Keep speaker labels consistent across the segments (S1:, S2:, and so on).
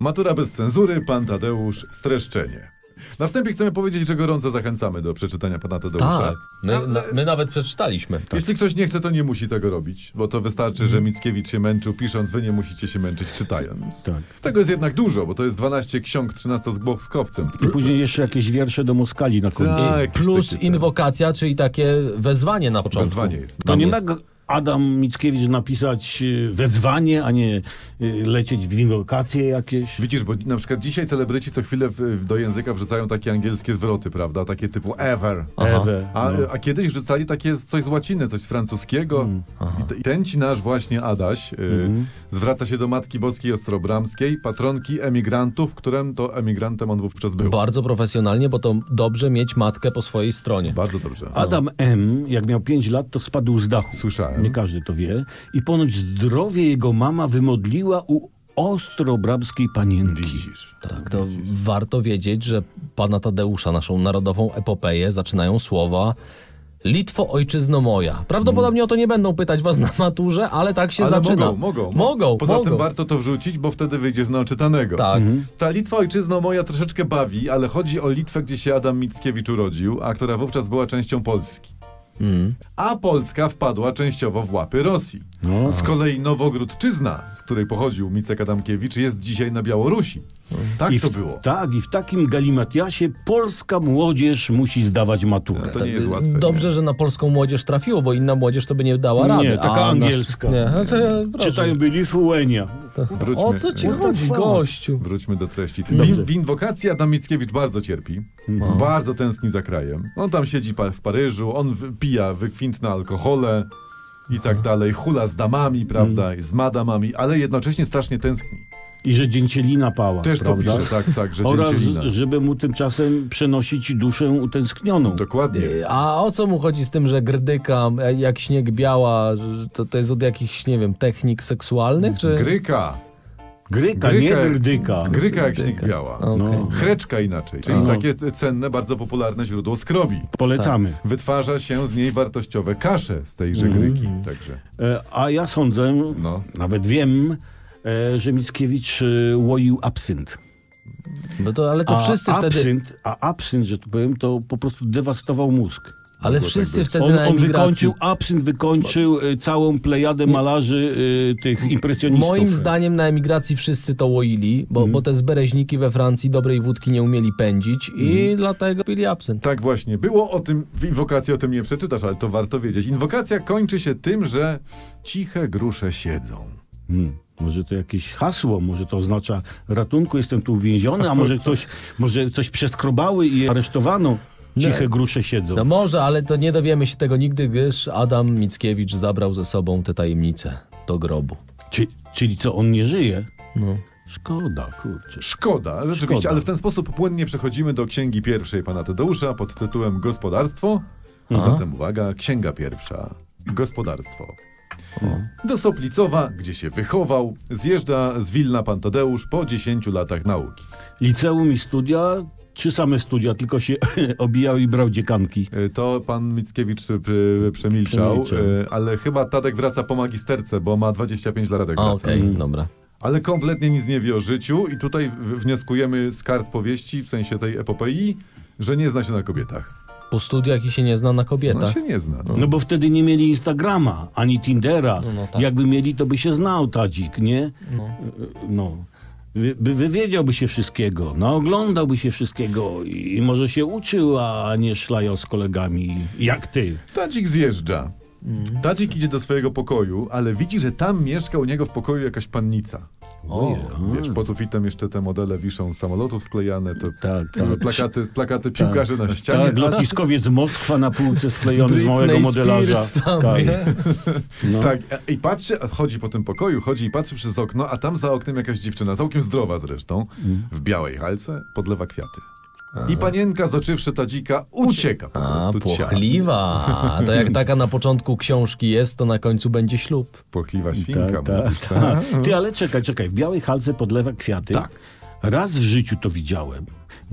S1: Matura bez cenzury, pan Tadeusz, streszczenie. Na wstępie chcemy powiedzieć, że gorąco zachęcamy do przeczytania pana Tadeusza.
S2: Tak. My, na, my nawet przeczytaliśmy.
S3: tak.
S1: Jeśli ktoś nie chce, to nie musi tego robić, bo to wystarczy, że Mickiewicz się męczył pisząc, wy nie musicie się męczyć czytając.
S3: Tak.
S1: Tego jest jednak dużo, bo to jest 12 ksiąg 13 z Błoskowcem.
S3: I później jeszcze jakieś wiersze do Moskali na końcu.
S1: Tak, jakieś
S2: Plus
S1: takie, tak.
S2: inwokacja, czyli takie wezwanie na początku.
S1: Wezwanie jest.
S3: To
S2: Tam
S3: nie
S2: jest.
S3: ma g- Adam Mickiewicz napisać y, wezwanie, a nie y, lecieć w inwokacje jakieś.
S1: Widzisz, bo na przykład dzisiaj celebryci co chwilę w, do języka wrzucają takie angielskie zwroty, prawda? Takie typu ever.
S2: Aha.
S3: Ewe,
S1: A,
S3: no.
S1: a kiedyś rzucali takie z- coś z łaciny, coś z francuskiego. I, te, I ten ci nasz właśnie Adaś y, zwraca się do Matki Boskiej Ostrobramskiej, patronki emigrantów, którym to emigrantem on wówczas był.
S2: Bardzo profesjonalnie, bo to dobrze mieć matkę po swojej stronie.
S1: Bardzo dobrze.
S3: Adam M., jak miał 5 lat, to spadł z dachu.
S1: Słyszałem.
S3: Nie każdy to wie. I ponoć zdrowie jego mama wymodliła u ostrobramskiej panienki.
S1: Widzisz.
S2: Tak, to warto wiedzieć, że pana Tadeusza, naszą narodową epopeję, zaczynają słowa Litwo, ojczyzno moja. Prawdopodobnie o to nie będą pytać was na maturze, ale tak się
S1: Ale
S2: zaczyna.
S1: mogą, mogą.
S2: Mogą,
S1: Poza
S2: mogą.
S1: tym warto to wrzucić, bo wtedy wyjdziesz na oczytanego.
S2: Tak.
S1: Ta Litwa ojczyzną moja troszeczkę bawi, ale chodzi o Litwę, gdzie się Adam Mickiewicz urodził, a która wówczas była częścią Polski.
S2: Mm.
S1: A Polska wpadła częściowo w łapy Rosji.
S3: No.
S1: Z kolei Nowogródczyzna, z której pochodził Micek Adamkiewicz, jest dzisiaj na Białorusi. Tak
S3: I w,
S1: to było.
S3: Tak, i w takim galimatiasie polska młodzież musi zdawać maturę.
S1: To nie jest łatwe.
S2: Tak. Dobrze,
S1: nie.
S2: że na polską młodzież trafiło, bo inna młodzież to by nie dała rady.
S3: nie, taka
S2: A nasz-
S3: angielska.
S2: Nie, no to, ja- proszę.
S3: Czytają by Lithuania.
S2: To-
S1: Wróćmy.
S2: O co ci
S1: What
S3: the
S2: chodzi,
S3: fuck?
S2: gościu?
S1: Wróćmy do treści.
S3: Dobrze. No.
S1: W, w inwokacji Adam Mickiewicz bardzo cierpi. Bardzo tęskni za krajem. On tam siedzi pa- w Paryżu, on w- pija wykwintne alkohole i tak dalej. Hula z damami, prawda,
S3: Mm.
S1: i z madamami, ale jednocześnie strasznie tęskni.
S3: I że dzięcielina pała,
S1: Też
S3: prawda?
S1: to pisze, tak, tak, że
S3: Oraz,
S1: dzięcielina.
S3: żeby mu tymczasem przenosić duszę utęsknioną.
S1: Dokładnie.
S2: A o co mu chodzi z tym, że grdyka e, jak śnieg biała, że to, to jest od jakichś, nie wiem, technik seksualnych? Czy...
S1: Gryka.
S3: Gryka, nie grdyka.
S1: Gryka jak śnieg biała.
S2: Okej.
S3: No.
S1: Chreczka inaczej, czyli
S3: No.
S1: takie cenne, bardzo popularne źródło skrobi.
S3: Polecamy.
S1: Tak. Wytwarza się z niej wartościowe kasze z tejże
S3: Mm.
S1: gryki. Także.
S3: E, A ja sądzę,
S1: No.
S3: nawet wiem, e, że Mickiewicz e, łoił absynt.
S2: No to, ale to
S3: a,
S2: wszyscy wtedy,
S3: absynt a absynt, że to powiem, to po prostu dewastował mózg.
S2: ale wszyscy
S1: być.
S2: wtedy
S3: On,
S2: na
S3: on
S2: emigracji.
S3: wykończył, absynt wykończył e, całą plejadę malarzy e, tych impresjonistów.
S2: Moim zdaniem na emigracji wszyscy to łoili,
S3: Mhm.
S2: bo, bo te zbereźniki we Francji dobrej wódki nie umieli pędzić i
S3: Mhm.
S2: dlatego pili absynt.
S1: Tak właśnie było, o tym w inwokacji o tym nie przeczytasz, ale to warto wiedzieć. Inwokacja kończy się tym, że ciche grusze siedzą.
S3: Hmm, może to jakieś hasło, może to oznacza ratunku, jestem tu uwięziony, a może ktoś, może coś przeskrobały i je aresztowano. Ciche grusze siedzą.
S2: No może, ale to nie dowiemy się tego nigdy, gdyż Adam Mickiewicz zabrał ze sobą te tajemnice do grobu.
S3: Czy, czyli co, on nie żyje?
S2: No.
S3: Szkoda, kurczę.
S1: Szkoda, rzeczywiście,
S3: Szkoda.
S1: ale w ten sposób płynnie przechodzimy do księgi pierwszej pana Tadeusza pod tytułem Gospodarstwo. Zatem uwaga, księga pierwsza. Gospodarstwo. Do Soplicowa, gdzie się wychował, zjeżdża z Wilna pan Tadeusz po 10 latach nauki.
S3: Liceum i studia, czy same studia, tylko się obijał i brał dziekanki.
S1: Y, To pan Mickiewicz y, p- przemilczał,
S3: Przemilczał.
S1: y, ale chyba Tadek wraca po magisterce, bo ma 25 lat jak
S2: A,
S1: wraca.
S2: Okej, dobra.
S1: Ale kompletnie nic nie wie o życiu i tutaj w- wnioskujemy z kart powieści, w sensie tej epopei, że nie zna się na kobietach.
S2: Po studiach i się nie zna na
S1: No
S2: kobietach.
S1: się nie zna.
S3: No bo wtedy nie mieli Instagrama, ani Tindera.
S2: No, no tak.
S3: Jakby mieli, to by się znał tadzik, nie? No. no. Wy, by wywiedziałby się wszystkiego, no oglądałby się wszystkiego i może się uczył, a nie szlajał z kolegami, jak ty.
S1: Tadzik zjeżdża. Tadzik idzie do swojego pokoju, ale widzi, że tam mieszka u niego w pokoju jakaś pannica.
S2: O,
S1: Wiesz, pod sufitem jeszcze te modele wiszą samolotów sklejane, to
S3: Tak,
S1: te
S3: tak.
S1: plakaty, plakaty piłkarzy na ścianie.
S3: Tak, lotniskowiec Moskwa na półce sklejony z
S2: Britney
S3: małego modelarza.
S2: Spears tam,
S3: Tak.
S2: nie?
S3: No.
S1: Tak, a- i patrzy, a chodzi po tym pokoju, chodzi i patrzy przez okno, a tam za oknem jakaś dziewczyna, całkiem zdrowa zresztą,
S3: Mm.
S1: w białej halce, podlewa kwiaty. I panienka, zoczywszy tadzika, ucieka po
S2: A,
S1: prostu ciach.
S2: płochliwa. A To jak taka na początku książki jest, to na końcu będzie ślub.
S1: Płochliwa świnka.
S3: Tak,
S1: mówisz,
S3: tak,
S1: tak?
S3: tak. Ty, ale czekaj, czekaj. W białej halce podlewa kwiaty.
S1: Tak.
S3: Raz w życiu to widziałem.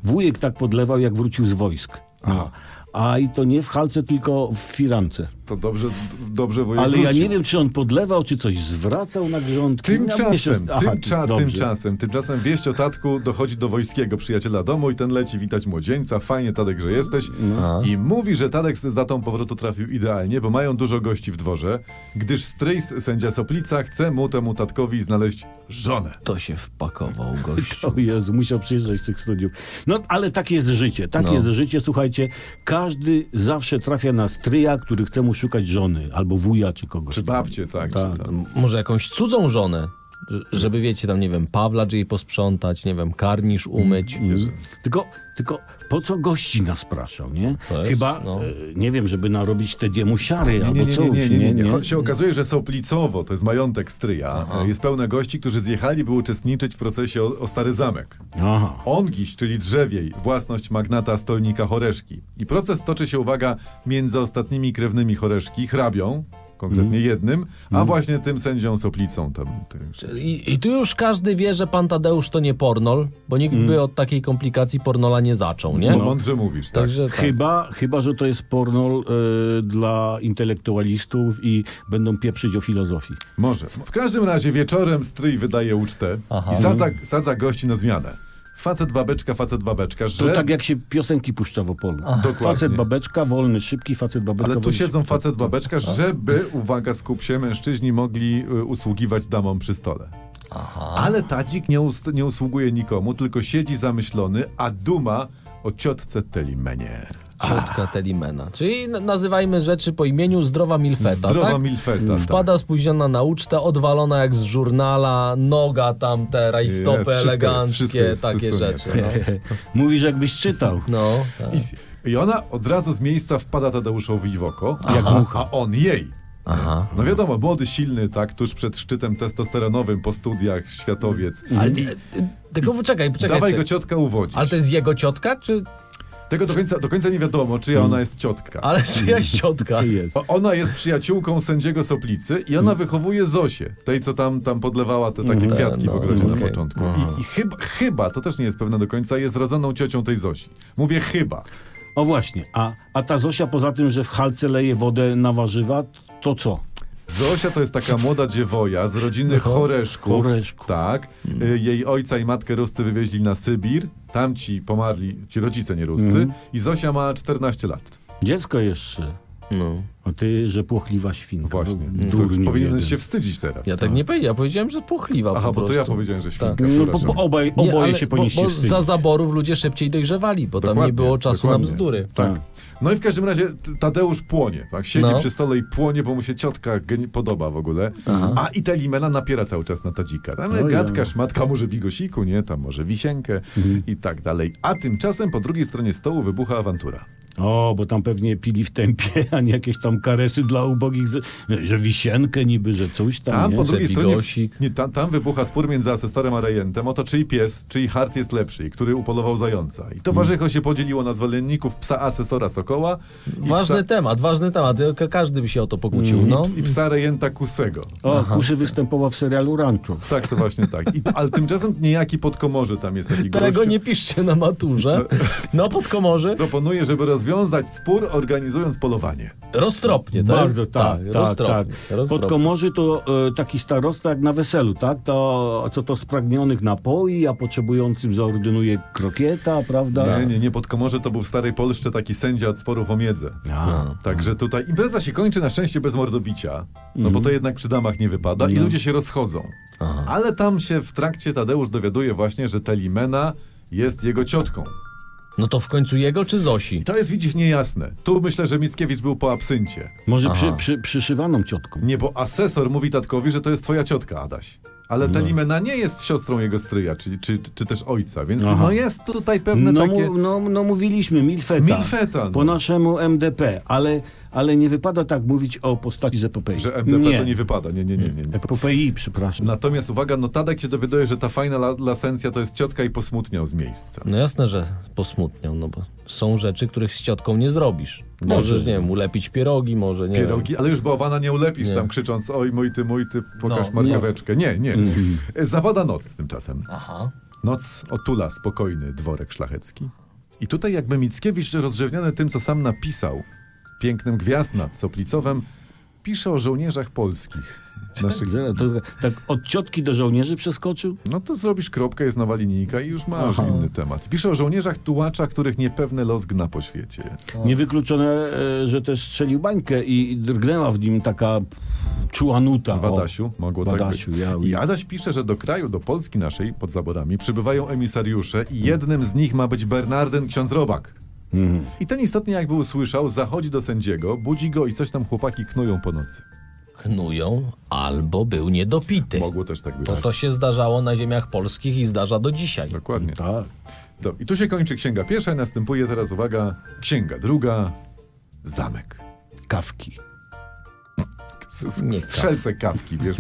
S3: Wujek tak podlewał, jak wrócił z wojsk.
S1: Aha.
S3: A i to nie w halce, tylko w firance.
S1: To dobrze, dobrze wujek
S3: Ale ja
S1: wrócił.
S3: nie wiem, czy on podlewał, czy coś zwracał na grządki. Ja myślę,
S1: Tymczasem,
S3: że- Aha,
S1: tymcza,
S3: dobrze.
S1: tymczasem, tymczasem wieść o tatku dochodzi do wojskiego przyjaciela domu i ten leci witać młodzieńca. Fajnie Tadek, że jesteś.
S3: No.
S1: I mówi, że Tadek z datą powrotu trafił idealnie, bo mają dużo gości w dworze, gdyż stryj sędzia Soplica chce mu temu tatkowi znaleźć żonę.
S2: To się wpakował gość.
S3: O Jezu, musiał przyjeżdżać z tych studiów. No, ale tak jest życie, tak
S2: No.
S3: jest życie. Słuchajcie, każdy zawsze trafia na stryja, który chce mu szukać żony, albo wuja, czy kogoś.
S1: Czy babcie, tak,
S3: Tak.
S1: Czy tam.
S2: M- Może jakąś cudzą żonę, Ż- żeby wiecie, tam nie wiem, Pawla jej posprzątać, nie wiem, karnisz umyć.
S3: Mm, Tylko, tylko po co gości nas praszą, nie?
S2: To jest,
S3: Chyba,
S2: no.
S3: e, nie wiem, żeby narobić te dziemusiary
S1: Nie,
S3: albo
S1: nie, nie,
S3: coś,
S1: nie, nie, nie, nie, nie. Choć się okazuje, że Soplicowo, to jest majątek stryja, jest pełna gości, którzy zjechali, by uczestniczyć w procesie o, o Stary Zamek.
S3: Aha.
S1: Ongiś, czyli drzewiej, własność magnata stolnika Choreszki. I proces toczy się, uwaga, między ostatnimi krewnymi Choreszki, hrabią, konkretnie jednym, a właśnie tym sędzią Soplicą. Tam, tym,
S2: I, I tu już każdy wie, że pan Tadeusz to nie pornol, bo nikt
S3: Mm.
S2: by od takiej komplikacji pornola nie zaczął, nie?
S1: no, mądrze mówisz, tak.
S2: Także tak.
S3: Chyba, chyba, że to jest pornol e, dla intelektualistów i będą pieprzyć o filozofii.
S1: Może. W każdym razie wieczorem stryj wydaje ucztę
S2: Aha.
S1: i sadza, sadza gości na zmianę. Facet babeczka, facet babeczka,
S3: To
S1: że...
S3: tak jak się piosenki puszcza w Opolu.
S1: Dokładnie.
S3: Facet babeczka, wolny, szybki, facet babeczka.
S1: Ale tu
S3: wolny,
S1: siedzą
S3: szybki.
S1: facet babeczka,
S2: tak.
S1: żeby, uwaga, skup się, mężczyźni mogli y, usługiwać damom przy stole. Ale tadzik nie, us- nie usługuje nikomu, tylko siedzi zamyślony, a duma o ciotce Telimenie.
S2: Ciotka Telimena. Czyli n- nazywajmy rzeczy po imieniu zdrowa milfeta,
S1: Zdrowa
S2: tak?
S1: milfeta.
S2: Wpada spóźniona na ucztę, odwalona jak z żurnala, noga tam te
S1: Nie,
S2: rajstopy
S1: wszystko jest, wszystko
S2: eleganckie,
S1: jest
S2: takie
S1: zsunięte,
S2: rzeczy. No,
S3: Mówisz, jakbyś czytał.
S2: no tak.
S1: tak. I, I ona od razu z miejsca wpada Tadeuszowi w oko, jak mucha, a on jej.
S2: Aha.
S1: No wiadomo, młody, silny, tak, tuż przed szczytem testosteronowym po studiach, światowiec.
S2: Ale, e, e, tylko poczekaj, poczekaj.
S1: Dawaj go
S2: czekaj.
S1: ciotka uwodzić.
S2: Ale to jest jego ciotka, czy...
S1: Tego do końca, do końca nie wiadomo, czyja
S2: Mm.
S1: ona jest ciotka.
S2: Ale czyjaś ciotka?
S1: Tak.
S3: To jest.
S1: O- Ona jest przyjaciółką sędziego Soplicy i
S2: Mm.
S1: ona wychowuje Zosię, tej, co tam, tam podlewała te takie
S2: Mhm.
S1: kwiatki w
S2: No,
S1: ogrodzie na
S2: okej.
S1: początku.
S2: Aha.
S1: I, i chyba, chyba, to też nie jest pewne do końca, jest rodzoną ciocią tej Zosi. Mówię chyba.
S3: O właśnie, a, a ta Zosia poza tym, że w halce leje wodę na warzywa, to co?
S1: Zosia to jest taka młoda dziewoja z rodziny Choreszków.
S3: Choreszków.
S1: Tak.
S2: Mm.
S1: Y, Jej ojca i matkę Ruscy wywieźli na Sybir. Tamci pomarli, ci rodzice nie Ruscy.
S2: Mm.
S1: I Zosia ma 14 lat.
S3: Dziecko jeszcze.
S2: No.
S3: A ty, że płochliwa świnka.
S1: Właśnie.
S3: No,
S1: To
S3: Durni
S1: Powinieneś
S3: jeden.
S1: się wstydzić teraz. No.
S2: Ja tak nie powiedziałem, ja powiedziałem, że puchliwa
S1: Aha, bo
S2: po prostu. Tak.
S1: to ja powiedziałem, że świnka.
S3: No, bo,
S1: przepraszam.
S3: bo obaj,
S2: Nie,
S3: oboje
S2: ale-
S3: się
S2: bo,
S3: ponieśli
S2: bo
S3: wstyd.
S2: za zaborów ludzie szybciej dojrzewali, bo tam nie
S1: Dokładnie,
S2: było czasu
S1: dokładnie.
S2: na bzdury.
S1: Tak.
S3: Tak.
S1: No i w każdym razie t- Tadeusz płonie, tak? Siedzi
S2: No.
S1: przy stole i płonie, bo mu się ciotka geni- podoba w ogóle. A i ta limena napiera cały czas na tadzika. Tam
S3: Oj,
S1: gadka,
S3: ja.
S1: szmatka, może bigosiku, nie? Tam może wisienkę
S2: Mhm.
S1: i tak dalej. A tymczasem po drugiej stronie stołu wybucha awantura.
S3: O, bo tam pewnie pili w tempie, a nie jakieś tam karesy dla ubogich, że, że wisienkę niby, że coś tam,
S1: Tam
S3: nie?
S1: po
S2: Że
S1: drugiej stronie...
S2: bigosik.
S1: Nie, tam, tam wybucha spór między asestorem a rejentem o to, czyj pies, czyj hart jest lepszy i który upolował zająca. I towarzycho się podzieliło na zwolenników psa asesora Sokoła i
S2: Ważny
S1: psa, Mm,
S2: temat, ważny temat. Ka- Każdy by się o to pokłócił.
S1: i,
S2: No.
S1: ps- i psa rejenta Kusego.
S3: O, Kusy występował w serialu Rancho.
S1: Tak, to właśnie tak. I, ale tymczasem niejaki podkomorze tam jest taki
S2: Tego
S1: gościu.
S2: nie piszcie na maturze. No pod komorzy.
S1: Proponuje, żeby rozwiązać spór, organizując polowanie.
S2: Roztropnie, tak?
S3: Bardzo, tak, tak, tak.
S2: roztropnie,
S3: Pod
S2: Roztropnie.
S3: komorzy to e, taki starosta jak na weselu, tak? To, co to spragnionych napoi, a potrzebującym zaordynuje krokieta,
S2: Tak.
S3: prawda?
S1: Nie, nie, nie, podkomorze to był w Starej Polsce taki sędzia od sporów o miedzę.
S3: A,
S1: Także tutaj impreza się kończy na szczęście bez mordobicia, no
S2: Mhm.
S1: bo to jednak przy damach nie wypada
S2: No.
S1: i ludzie się rozchodzą. Ale tam się w trakcie Tadeusz dowiaduje właśnie, że Telimena jest jego ciotką.
S2: No to w końcu jego czy Zosi?
S1: I to jest, widzisz, niejasne. Tu myślę, że Mickiewicz był po absyncie.
S3: Może przy, przy, przyszywaną ciotką.
S1: Nie, bo asesor mówi tatkowi, że to jest twoja ciotka, Adaś. Ale Telimena nie jest siostrą jego stryja, czy, czy, czy też ojca, więc
S3: Aha.
S1: no jest tutaj pewne
S3: No,
S1: takie...
S3: mu, no, no mówiliśmy, Milfeta.
S1: Milfeta, no.
S3: Po naszemu MDP, ale, ale nie wypada tak mówić o postaci z epopei.
S1: Że MDP
S3: nie.
S1: to nie wypada, nie, nie, nie, nie. nie.
S3: Epopei, przepraszam.
S1: Natomiast uwaga, no Tadek się dowiaduje, że ta fajna la, lasencja to jest ciotka i posmutniał z miejsca.
S2: No jasne, że posmutnią, no bo są rzeczy, których z ciotką nie zrobisz. Możesz, nie wiem, ulepić pierogi, może, nie wiem.
S1: Pierogi, ale już bałwana nie ulepisz
S2: Nie.
S1: tam krzycząc, oj mój ty, mój ty, pokaż
S2: No, nie.
S1: markaweczkę. Nie, nie. Zapada noc tymczasem.
S2: Aha.
S1: Noc otula spokojny dworek szlachecki. I tutaj jakby Mickiewicz rozrzewniony tym, co sam napisał, pięknem gwiazd nad Soplicowem pisze o żołnierzach polskich. Naszych...
S3: To, tak od ciotki do żołnierzy przeskoczył?
S1: No to zrobisz kropkę, jest nowa linijka i już masz
S3: Aha.
S1: inny temat. Pisze o żołnierzach tułacza, których niepewny los gna po świecie.
S3: Niewykluczone, e, że też strzelił bańkę i i drgnęła w nim taka czuła nuta.
S1: W Adasiu mogło tak
S3: Adasiu,
S1: być.
S3: ja-
S1: I Adaś pisze, że do kraju, do Polski naszej, pod zaborami, przybywają emisariusze i jednym z nich ma być Bernardyn ksiądz Robak.
S3: Mhm.
S1: I ten istotnie, jakby usłyszał, zachodzi do sędziego, budzi go i coś tam chłopaki knują po nocy.
S2: Knują albo był niedopity.
S1: Mogło też tak być.
S2: No to się zdarzało na ziemiach polskich i zdarza do dzisiaj.
S1: Dokładnie.
S3: Tak.
S1: To, I tu się kończy księga pierwsza i następuje teraz, uwaga, księga druga, zamek.
S3: Kawki.
S1: No S- s-
S2: Nie
S1: Strzelce kawki, wiesz.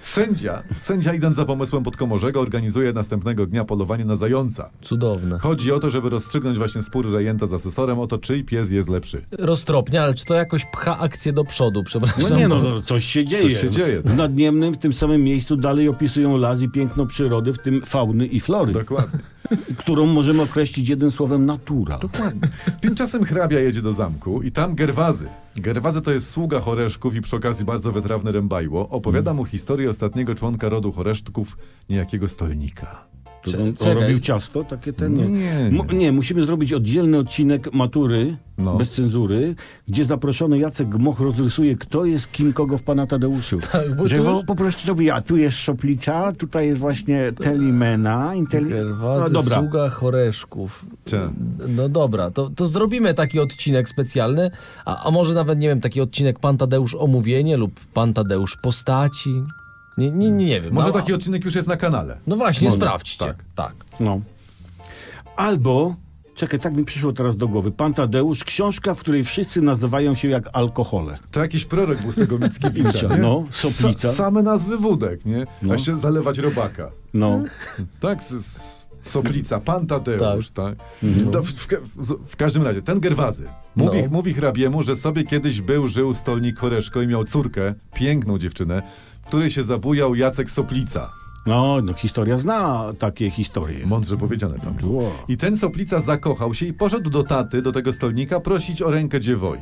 S1: Sędzia, sędzia idąc za pomysłem Podkomorzego organizuje następnego dnia polowanie na zająca.
S2: Cudowne.
S1: Chodzi o to, żeby rozstrzygnąć właśnie spór rejenta z asesorem o to, czyj pies jest lepszy.
S2: Roztropnie, ale czy to jakoś pcha akcję do przodu, przepraszam.
S3: No nie no, no, coś się dzieje.
S1: się dzieje, tak.
S3: W Nadniemnym, w tym samym miejscu dalej opisują las i piękno przyrody, w tym fauny i flory,
S1: Dokładnie.
S3: którą możemy określić jednym słowem natura.
S1: Dokładnie. Tymczasem hrabia jedzie do zamku i tam Gerwazy. Gerwazy to jest sługa Choreszków i przy okazji bardzo wytrawny rębajło. Opowiada mu historię ostatniego członka rodu Choresztków, niejakiego stolnika.
S3: To
S2: Cze-
S3: on, on
S2: czekaj.
S3: robił ciasto, takie ten? Nie.
S1: Nie, nie.
S3: Mu- nie, musimy zrobić oddzielny odcinek matury,
S1: No.
S3: bez cenzury, gdzie zaproszony Jacek Gmoch rozrysuje, kto jest kim kogo w pana Tadeuszu.
S2: Tak, bo
S3: Że
S2: tu-
S3: po- po prostu to ja, tu jest Szoplicza, tutaj jest właśnie Telimena, Inteli...
S2: Gerwazy,
S3: No dobra.
S2: sługa choreszków.
S1: Cze.
S2: No dobra, to, to zrobimy taki odcinek specjalny, a, a może nawet, nie wiem, taki odcinek Pan Tadeusz Omówienie lub Pan Tadeusz Postaci. Nie, nie, nie, nie wiem.
S1: Może
S2: No,
S1: taki odcinek już jest na kanale.
S2: No właśnie,
S3: Może,
S2: sprawdźcie.
S1: tak.
S2: tak.
S3: No. Albo, czekaj, tak mi przyszło teraz do głowy, Pan Tadeusz, książka, w której wszyscy nazywają się jak alkohole.
S1: To jakiś prorok był z tego Mickiewicza, nie?
S3: No, Soplica.
S1: Sa- same nazwy wódek, nie?
S3: No.
S1: A się zalewać robaka.
S3: No.
S1: Tak, z, z Soplica, pan Tadeusz, tak. To w, w, w, w każdym razie, ten Gerwazy mówi,
S2: No.
S1: mówi hrabiemu, że sobie kiedyś był, żył stolnik Choreszko i miał córkę, piękną dziewczynę, w której się zabujał Jacek Soplica.
S3: No, no, historia zna takie historie.
S1: Mądrze powiedziane tam było.
S3: Wow.
S1: I ten Soplica zakochał się i poszedł do taty, do tego stolnika, prosić o rękę dziewoi.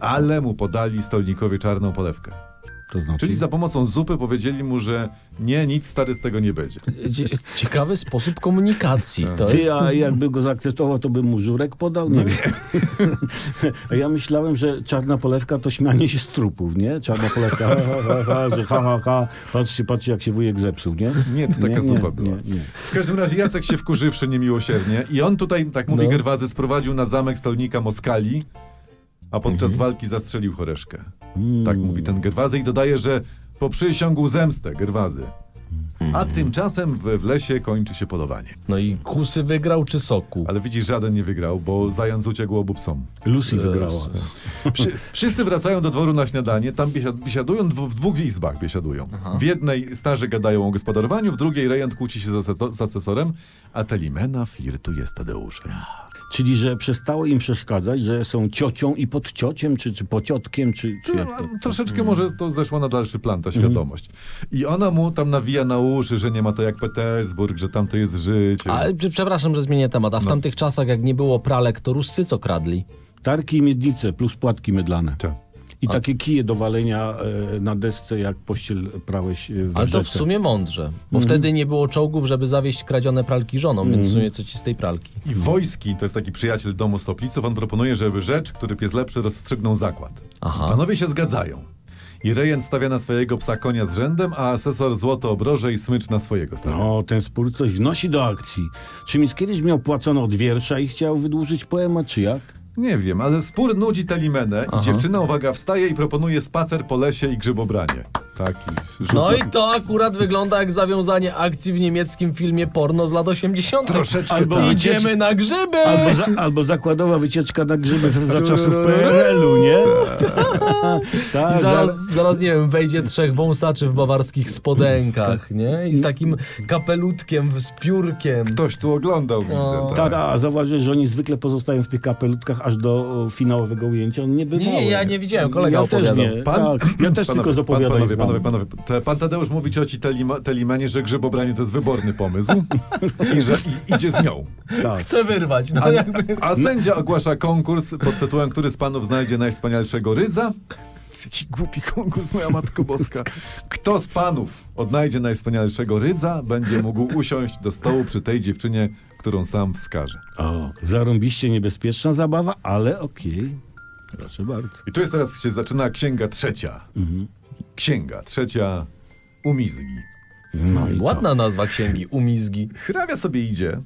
S1: Ale mu podali stolnikowi czarną polewkę.
S3: To znaczy...
S1: Czyli za pomocą zupy powiedzieli mu, że nie, nic stary z tego nie będzie.
S2: Cie- Ciekawy sposób komunikacji.
S1: Tak.
S2: To jest...
S3: Ty, a jakby go zaakceptował, to by mu żurek podał?
S1: No.
S3: Nie wiem. A ja myślałem, że czarna polewka to śmianie się z trupów, nie? Czarna polewka, ha, ha, ha, ha, że ha, ha, ha, patrzcie, patrzcie, jak się wujek zepsuł, nie?
S1: Nie, to taka
S3: nie,
S1: zupa była.
S3: Nie, nie.
S1: W każdym razie Jacek się wkurzywszy niemiłosiernie i on tutaj, tak mówi
S2: No.
S1: Gerwazy, sprowadził na zamek stolnika Moskali, a podczas
S3: Mhm.
S1: walki zastrzelił Choreszkę.
S3: Mm.
S1: Tak mówi ten Gerwazy i dodaje, że poprzysiągł zemstę Gerwazy.
S3: Mhm.
S1: A tymczasem w, w lesie kończy się polowanie.
S2: No i kusy wygrał czy soku?
S1: Ale widzisz, żaden nie wygrał, bo zając uciekł obu psom.
S3: Lucy wygrała.
S1: Wszy, wszyscy wracają do dworu na śniadanie, tam biesiad, biesiadują, dwu, w dwóch izbach biesiadują. W jednej starzy gadają o gospodarowaniu, w drugiej rejent kłóci się z, aseso- z asesorem, a Telimena flirtuje z Tadeuszem.
S3: Czyli, że przestało im przeszkadzać, że są ciocią i pod ciociem, czy, czy pociotkiem, czy... czy
S1: No,
S3: jak to?
S1: a troszeczkę może to zeszło na dalszy plan, ta świadomość. I ona mu tam nawija na uszy, że nie ma to jak Petersburg, że tam to jest życie.
S2: A, prze- przepraszam, że zmienię temat. A
S1: No.
S2: w tamtych czasach, jak nie było pralek, to Ruscy co kradli?
S3: Tarki i miednice plus płatki mydlane.
S1: Tak.
S3: I takie kije do walenia e, na desce, jak pościel prałeś e, w
S2: Ale to w
S3: rzece.
S2: sumie mądrze, bo
S1: Mhm.
S2: wtedy nie było czołgów, żeby zawieźć kradzione pralki żoną, więc w sumie co ci z tej pralki?
S1: I Wojski, to jest taki przyjaciel domu Stopliców, on proponuje, żeby rzecz, który pies lepszy, rozstrzygnął zakład.
S2: Aha.
S1: Panowie się zgadzają. I rejent stawia na swojego psa konia z rzędem, a asesor złoto obroże i smycz na swojego stawia.
S3: No, ten spór coś wnosi do akcji. Czy Mickiewicz miał płacono od wiersza i chciał wydłużyć poemat, czy jak?
S1: Nie wiem, ale spór nudzi Telimenę i dziewczyna, uwaga, wstaje i proponuje spacer po lesie i grzybobranie. Taki rzuca.
S2: No i to akurat wygląda jak zawiązanie akcji w niemieckim filmie porno z lat 80.
S1: Troszeczkę
S3: Albo
S1: tak.
S3: idzie-
S2: Idziemy na grzyby!
S3: Albo, za, albo zakładowa wycieczka na grzyby za czasów PRL-u, nie?
S2: I
S3: Tak,
S2: zaraz,
S3: zaraz.
S2: zaraz, nie wiem, wejdzie trzech wąsaczy w bawarskich spodenkach, nie?
S3: No.
S2: I z takim kapelutkiem, z piórkiem.
S1: Ktoś tu oglądał, widzę.
S2: No.
S1: Tak.
S3: Tak, a zauważyłeś, że oni zwykle pozostają w tych kapelutkach aż do o, finałowego ujęcia. On nie bywały.
S2: Nie, ja nie widziałem, kolega
S3: ja też
S2: opowiadał.
S3: nie.
S1: Pan-
S3: tak, ja też
S1: Panowie,
S3: tylko z no. opowiadań
S1: pan- panowie,
S3: znam.
S1: panowie, panowie, te, pan Tadeusz mówi cioci Telima, Telimanie, że grzybobranie to jest wyborny pomysł i że i, idzie z nią.
S3: Tak.
S2: Chcę wyrwać. No,
S1: A,
S2: jakby...
S1: a sędzia ogłasza konkurs pod tytułem Który z panów znajdzie najwspanialszego ryza? Jaki głupi konkurs, moja matko boska. Kto z panów odnajdzie najwspanialszego rydza, będzie mógł usiąść do stołu przy tej dziewczynie, którą sam wskaże.
S3: O, zarąbiście niebezpieczna zabawa, ale okej. Proszę bardzo.
S1: I tu jest teraz się zaczyna księga trzecia. Księga trzecia umizgi.
S3: No i co?
S2: Ładna nazwa księgi, umizgi.
S1: Hrabia sobie idzie,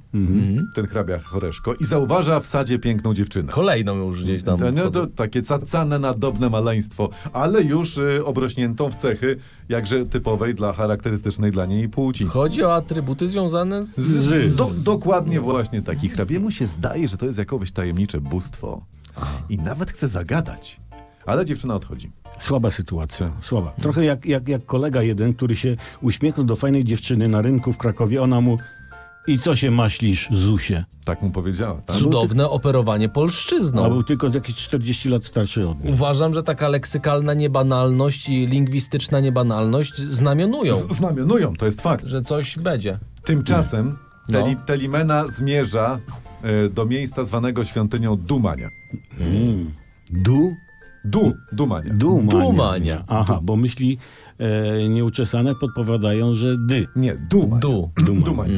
S1: ten hrabia choreszko, i zauważa w sadzie piękną dziewczynę.
S2: Kolejną już gdzieś tam.
S1: To, no, to
S2: wchodzę.
S1: takie cacane, nadobne maleństwo, ale już y, obrośniętą w cechy, jakże typowej dla charakterystycznej dla niej płci.
S2: Chodzi o atrybuty związane z...
S3: Zy.
S1: Do, dokładnie właśnie taki hrabiemu się zdaje, że to jest jakieś tajemnicze bóstwo. I nawet chce zagadać. Ale dziewczyna odchodzi.
S3: Słaba sytuacja, słaba. Trochę jak, jak, jak kolega jeden, który się uśmiechnął do fajnej dziewczyny na rynku w Krakowie, ona mu i co się maślisz, Zusie?
S1: Tak mu powiedziała. Tak?
S2: Cudowne operowanie polszczyzną.
S3: A był tylko jakieś 40 lat starszy od niej.
S2: Uważam, że taka leksykalna niebanalność i lingwistyczna niebanalność znamionują,
S1: Znamionują, to jest fakt.
S2: że coś będzie.
S1: Tymczasem
S2: No.
S1: teli, Telimena zmierza y, do miejsca zwanego świątynią Dumania.
S3: Du?
S1: Du, Dumania.
S3: Dumania.
S2: Dumania.
S3: Aha, bo myśli e, nieuczesane podpowiadają, że dy.
S1: Nie, Dumania.
S2: Du.
S1: Dumania.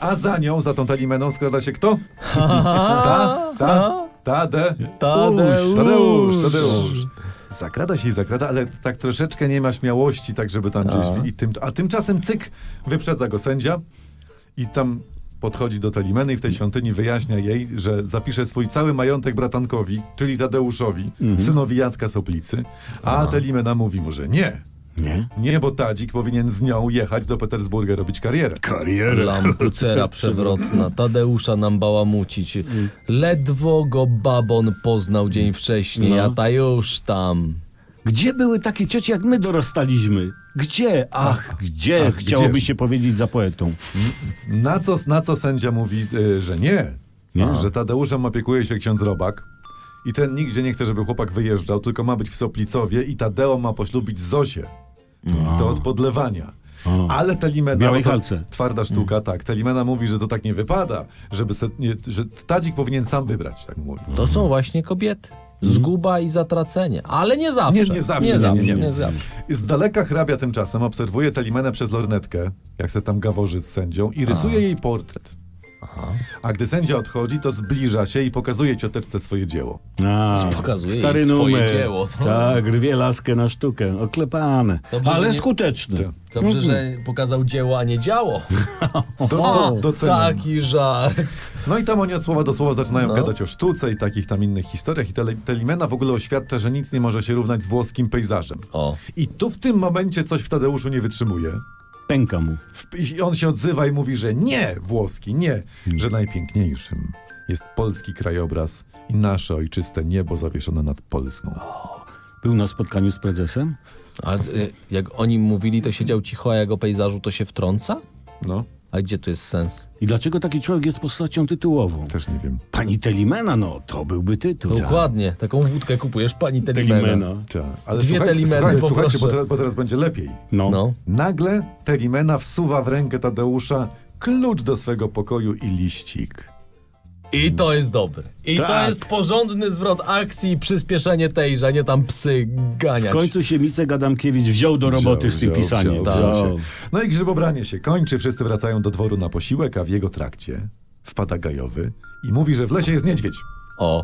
S1: A za nią, za tą Talimeną skrada się kto? Ta, ta, Tade.
S2: Tadeusz.
S1: Tadeusz, Tadeusz. Zakrada się i zakrada, ale tak troszeczkę nie ma śmiałości, tak żeby tam gdzieś...
S2: A.
S1: I tym, a tymczasem cyk, wyprzedza go sędzia i tam podchodzi do Telimeny i w tej świątyni wyjaśnia jej, że zapisze swój cały majątek bratankowi, czyli Tadeuszowi, synowi Jacka Soplicy, a Telimena mówi mu, że nie.
S3: Nie?
S1: Nie, bo Tadzik powinien z nią jechać do Petersburga robić karierę.
S3: Karierę.
S2: Lampucera przewrotna, Tadeusza nam bałamucić. Ledwo go babon poznał dzień wcześniej,
S3: No.
S2: a ta już tam.
S3: Gdzie były takie cioci, jak my dorastaliśmy? Gdzie? Ach, gdzie?
S1: ach,
S3: Chciałoby
S1: gdzie?
S3: się powiedzieć za poetą.
S1: Na co, na co sędzia mówi, y, że nie,
S3: Nie.
S1: że Tadeuszem opiekuje się ksiądz Robak i ten nigdzie nie chce, żeby chłopak wyjeżdżał, tylko ma być w Soplicowie i Tadeo ma poślubić Zosię. To od podlewania.
S3: A.
S1: Ale Telimena...
S3: No. Białej
S1: bo to
S3: halce. Mm.
S1: Twarda sztuka, tak. Telimena mówi, że to tak nie wypada, żeby se, nie, że Tadzik powinien sam wybrać, tak mówi.
S2: To są właśnie kobiety. Zguba i zatracenie. Ale nie zawsze.
S1: Nie, nie zawsze.
S2: Nie, zawsze,
S1: nie, nie.
S2: nie zawsze.
S1: Z daleka hrabia tymczasem obserwuje Telimenę przez lornetkę, jak se tam gaworzy z sędzią i rysuje jej portret. A gdy sędzia odchodzi, to zbliża się i pokazuje cioteczce swoje dzieło.
S3: A,
S2: Pokazuje jej swoje dzieło. To-
S3: Tak, rwie laskę na sztukę. Oklepane.
S2: Dobrze,
S3: Ale Mhm.
S2: że nie- Tak.
S3: skuteczne.
S2: Dobrze, że pokazał dzieło, a nie działo.
S1: Mhm. Do, do, doceniam.
S2: taki żart.
S1: No i tam oni od słowa do słowa zaczynają
S2: tak. No.
S1: gadać o sztuce i takich tam innych historiach. I tele, Telimena w ogóle oświadcza, że nic nie może się równać z włoskim pejzażem.
S2: O.
S1: I tu w tym momencie coś w Tadeuszu nie wytrzymuje.
S3: Pęka mu.
S1: W- I on się odzywa i mówi, że nie włoski, nie, że najpiękniejszym jest polski krajobraz i nasze ojczyste niebo zawieszone nad Polską.
S3: Był na spotkaniu z prezesem?
S2: A y, jak oni mówili, to siedział cicho, a jak o pejzażu to się wtrąca?
S1: No,
S2: A gdzie tu jest sens?
S3: I dlaczego taki człowiek jest postacią tytułową?
S1: też nie wiem.
S3: Pani Telimena, no to byłby tytuł.
S2: Dokładnie, taką wódkę kupujesz pani Telimena.
S1: Ta, Tak, ale
S2: Dwie
S1: słuchajcie,
S2: Telimeny,
S1: słuchajcie,
S2: poproszę.
S1: słuchajcie bo, teraz, bo teraz będzie lepiej.
S3: No.
S2: No.
S1: Nagle Telimena wsuwa w rękę Tadeusza klucz do swego pokoju i liścik.
S2: I to jest dobre. I to
S3: Tak.
S2: jest porządny zwrot akcji i przyspieszenie tejże, a nie tam psy
S3: W
S2: ganiać.
S3: końcu się Mice Gadamkiewicz wziął do roboty z tym
S1: Wziął,
S3: pisaniem.
S1: wziął, wziął
S3: Tak.
S1: się. No i grzybobranie się kończy, wszyscy wracają do dworu na posiłek, a w jego trakcie wpada Gajowy i mówi, że w lesie jest niedźwiedź.
S2: O.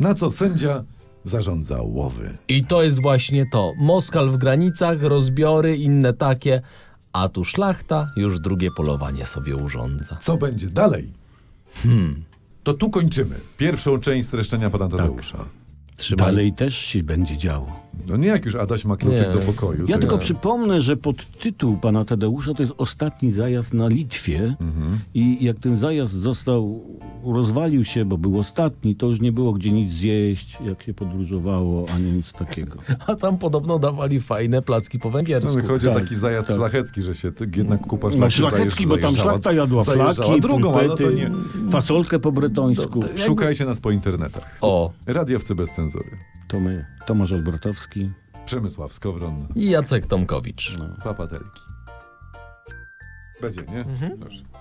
S1: Na co sędzia zarządza łowy.
S2: I to jest właśnie to. Moskal w granicach, rozbiory, inne takie. A tu szlachta już drugie polowanie sobie urządza.
S1: Co będzie dalej? Hmm. To tu kończymy pierwszą część streszczenia pana Tadeusza.
S2: Trzymaj.
S3: Dalej też się będzie działo.
S1: No nie jak już Adaś ma kluczyk
S2: Nie.
S1: do pokoju.
S3: Ja
S1: to
S3: tylko przypomnę, że podtytuł pana Tadeusza to jest ostatni zajazd na Litwie
S1: Mhm.
S3: i jak ten zajazd został, rozwalił się, bo był ostatni, to już nie było gdzie nic zjeść, jak się podróżowało, ani nic takiego.
S2: A tam podobno dawali fajne placki po
S1: No,
S2: węgiersku.
S1: mi chodzi o
S3: Tak,
S1: taki zajazd
S3: tak.
S1: szlachecki, że się ty- jednak kupa
S3: Na
S1: szlachty
S3: szlachecki, bo tam
S1: zajeżdżała-
S3: szlachta jadła
S1: zajeżdżała
S3: flaki,
S1: drugą, ale to
S3: pulpety,
S1: nie.
S3: fasolkę po bretońsku.
S1: Szukajcie nas po internetach.
S2: O.
S1: Radiowcy bez cenzury.
S3: To my, Tomasz Olbratowski.
S1: Przemysław Skowron,
S2: I Jacek Tomkowicz.
S1: papatelki. Będzie, nie? Dobrze.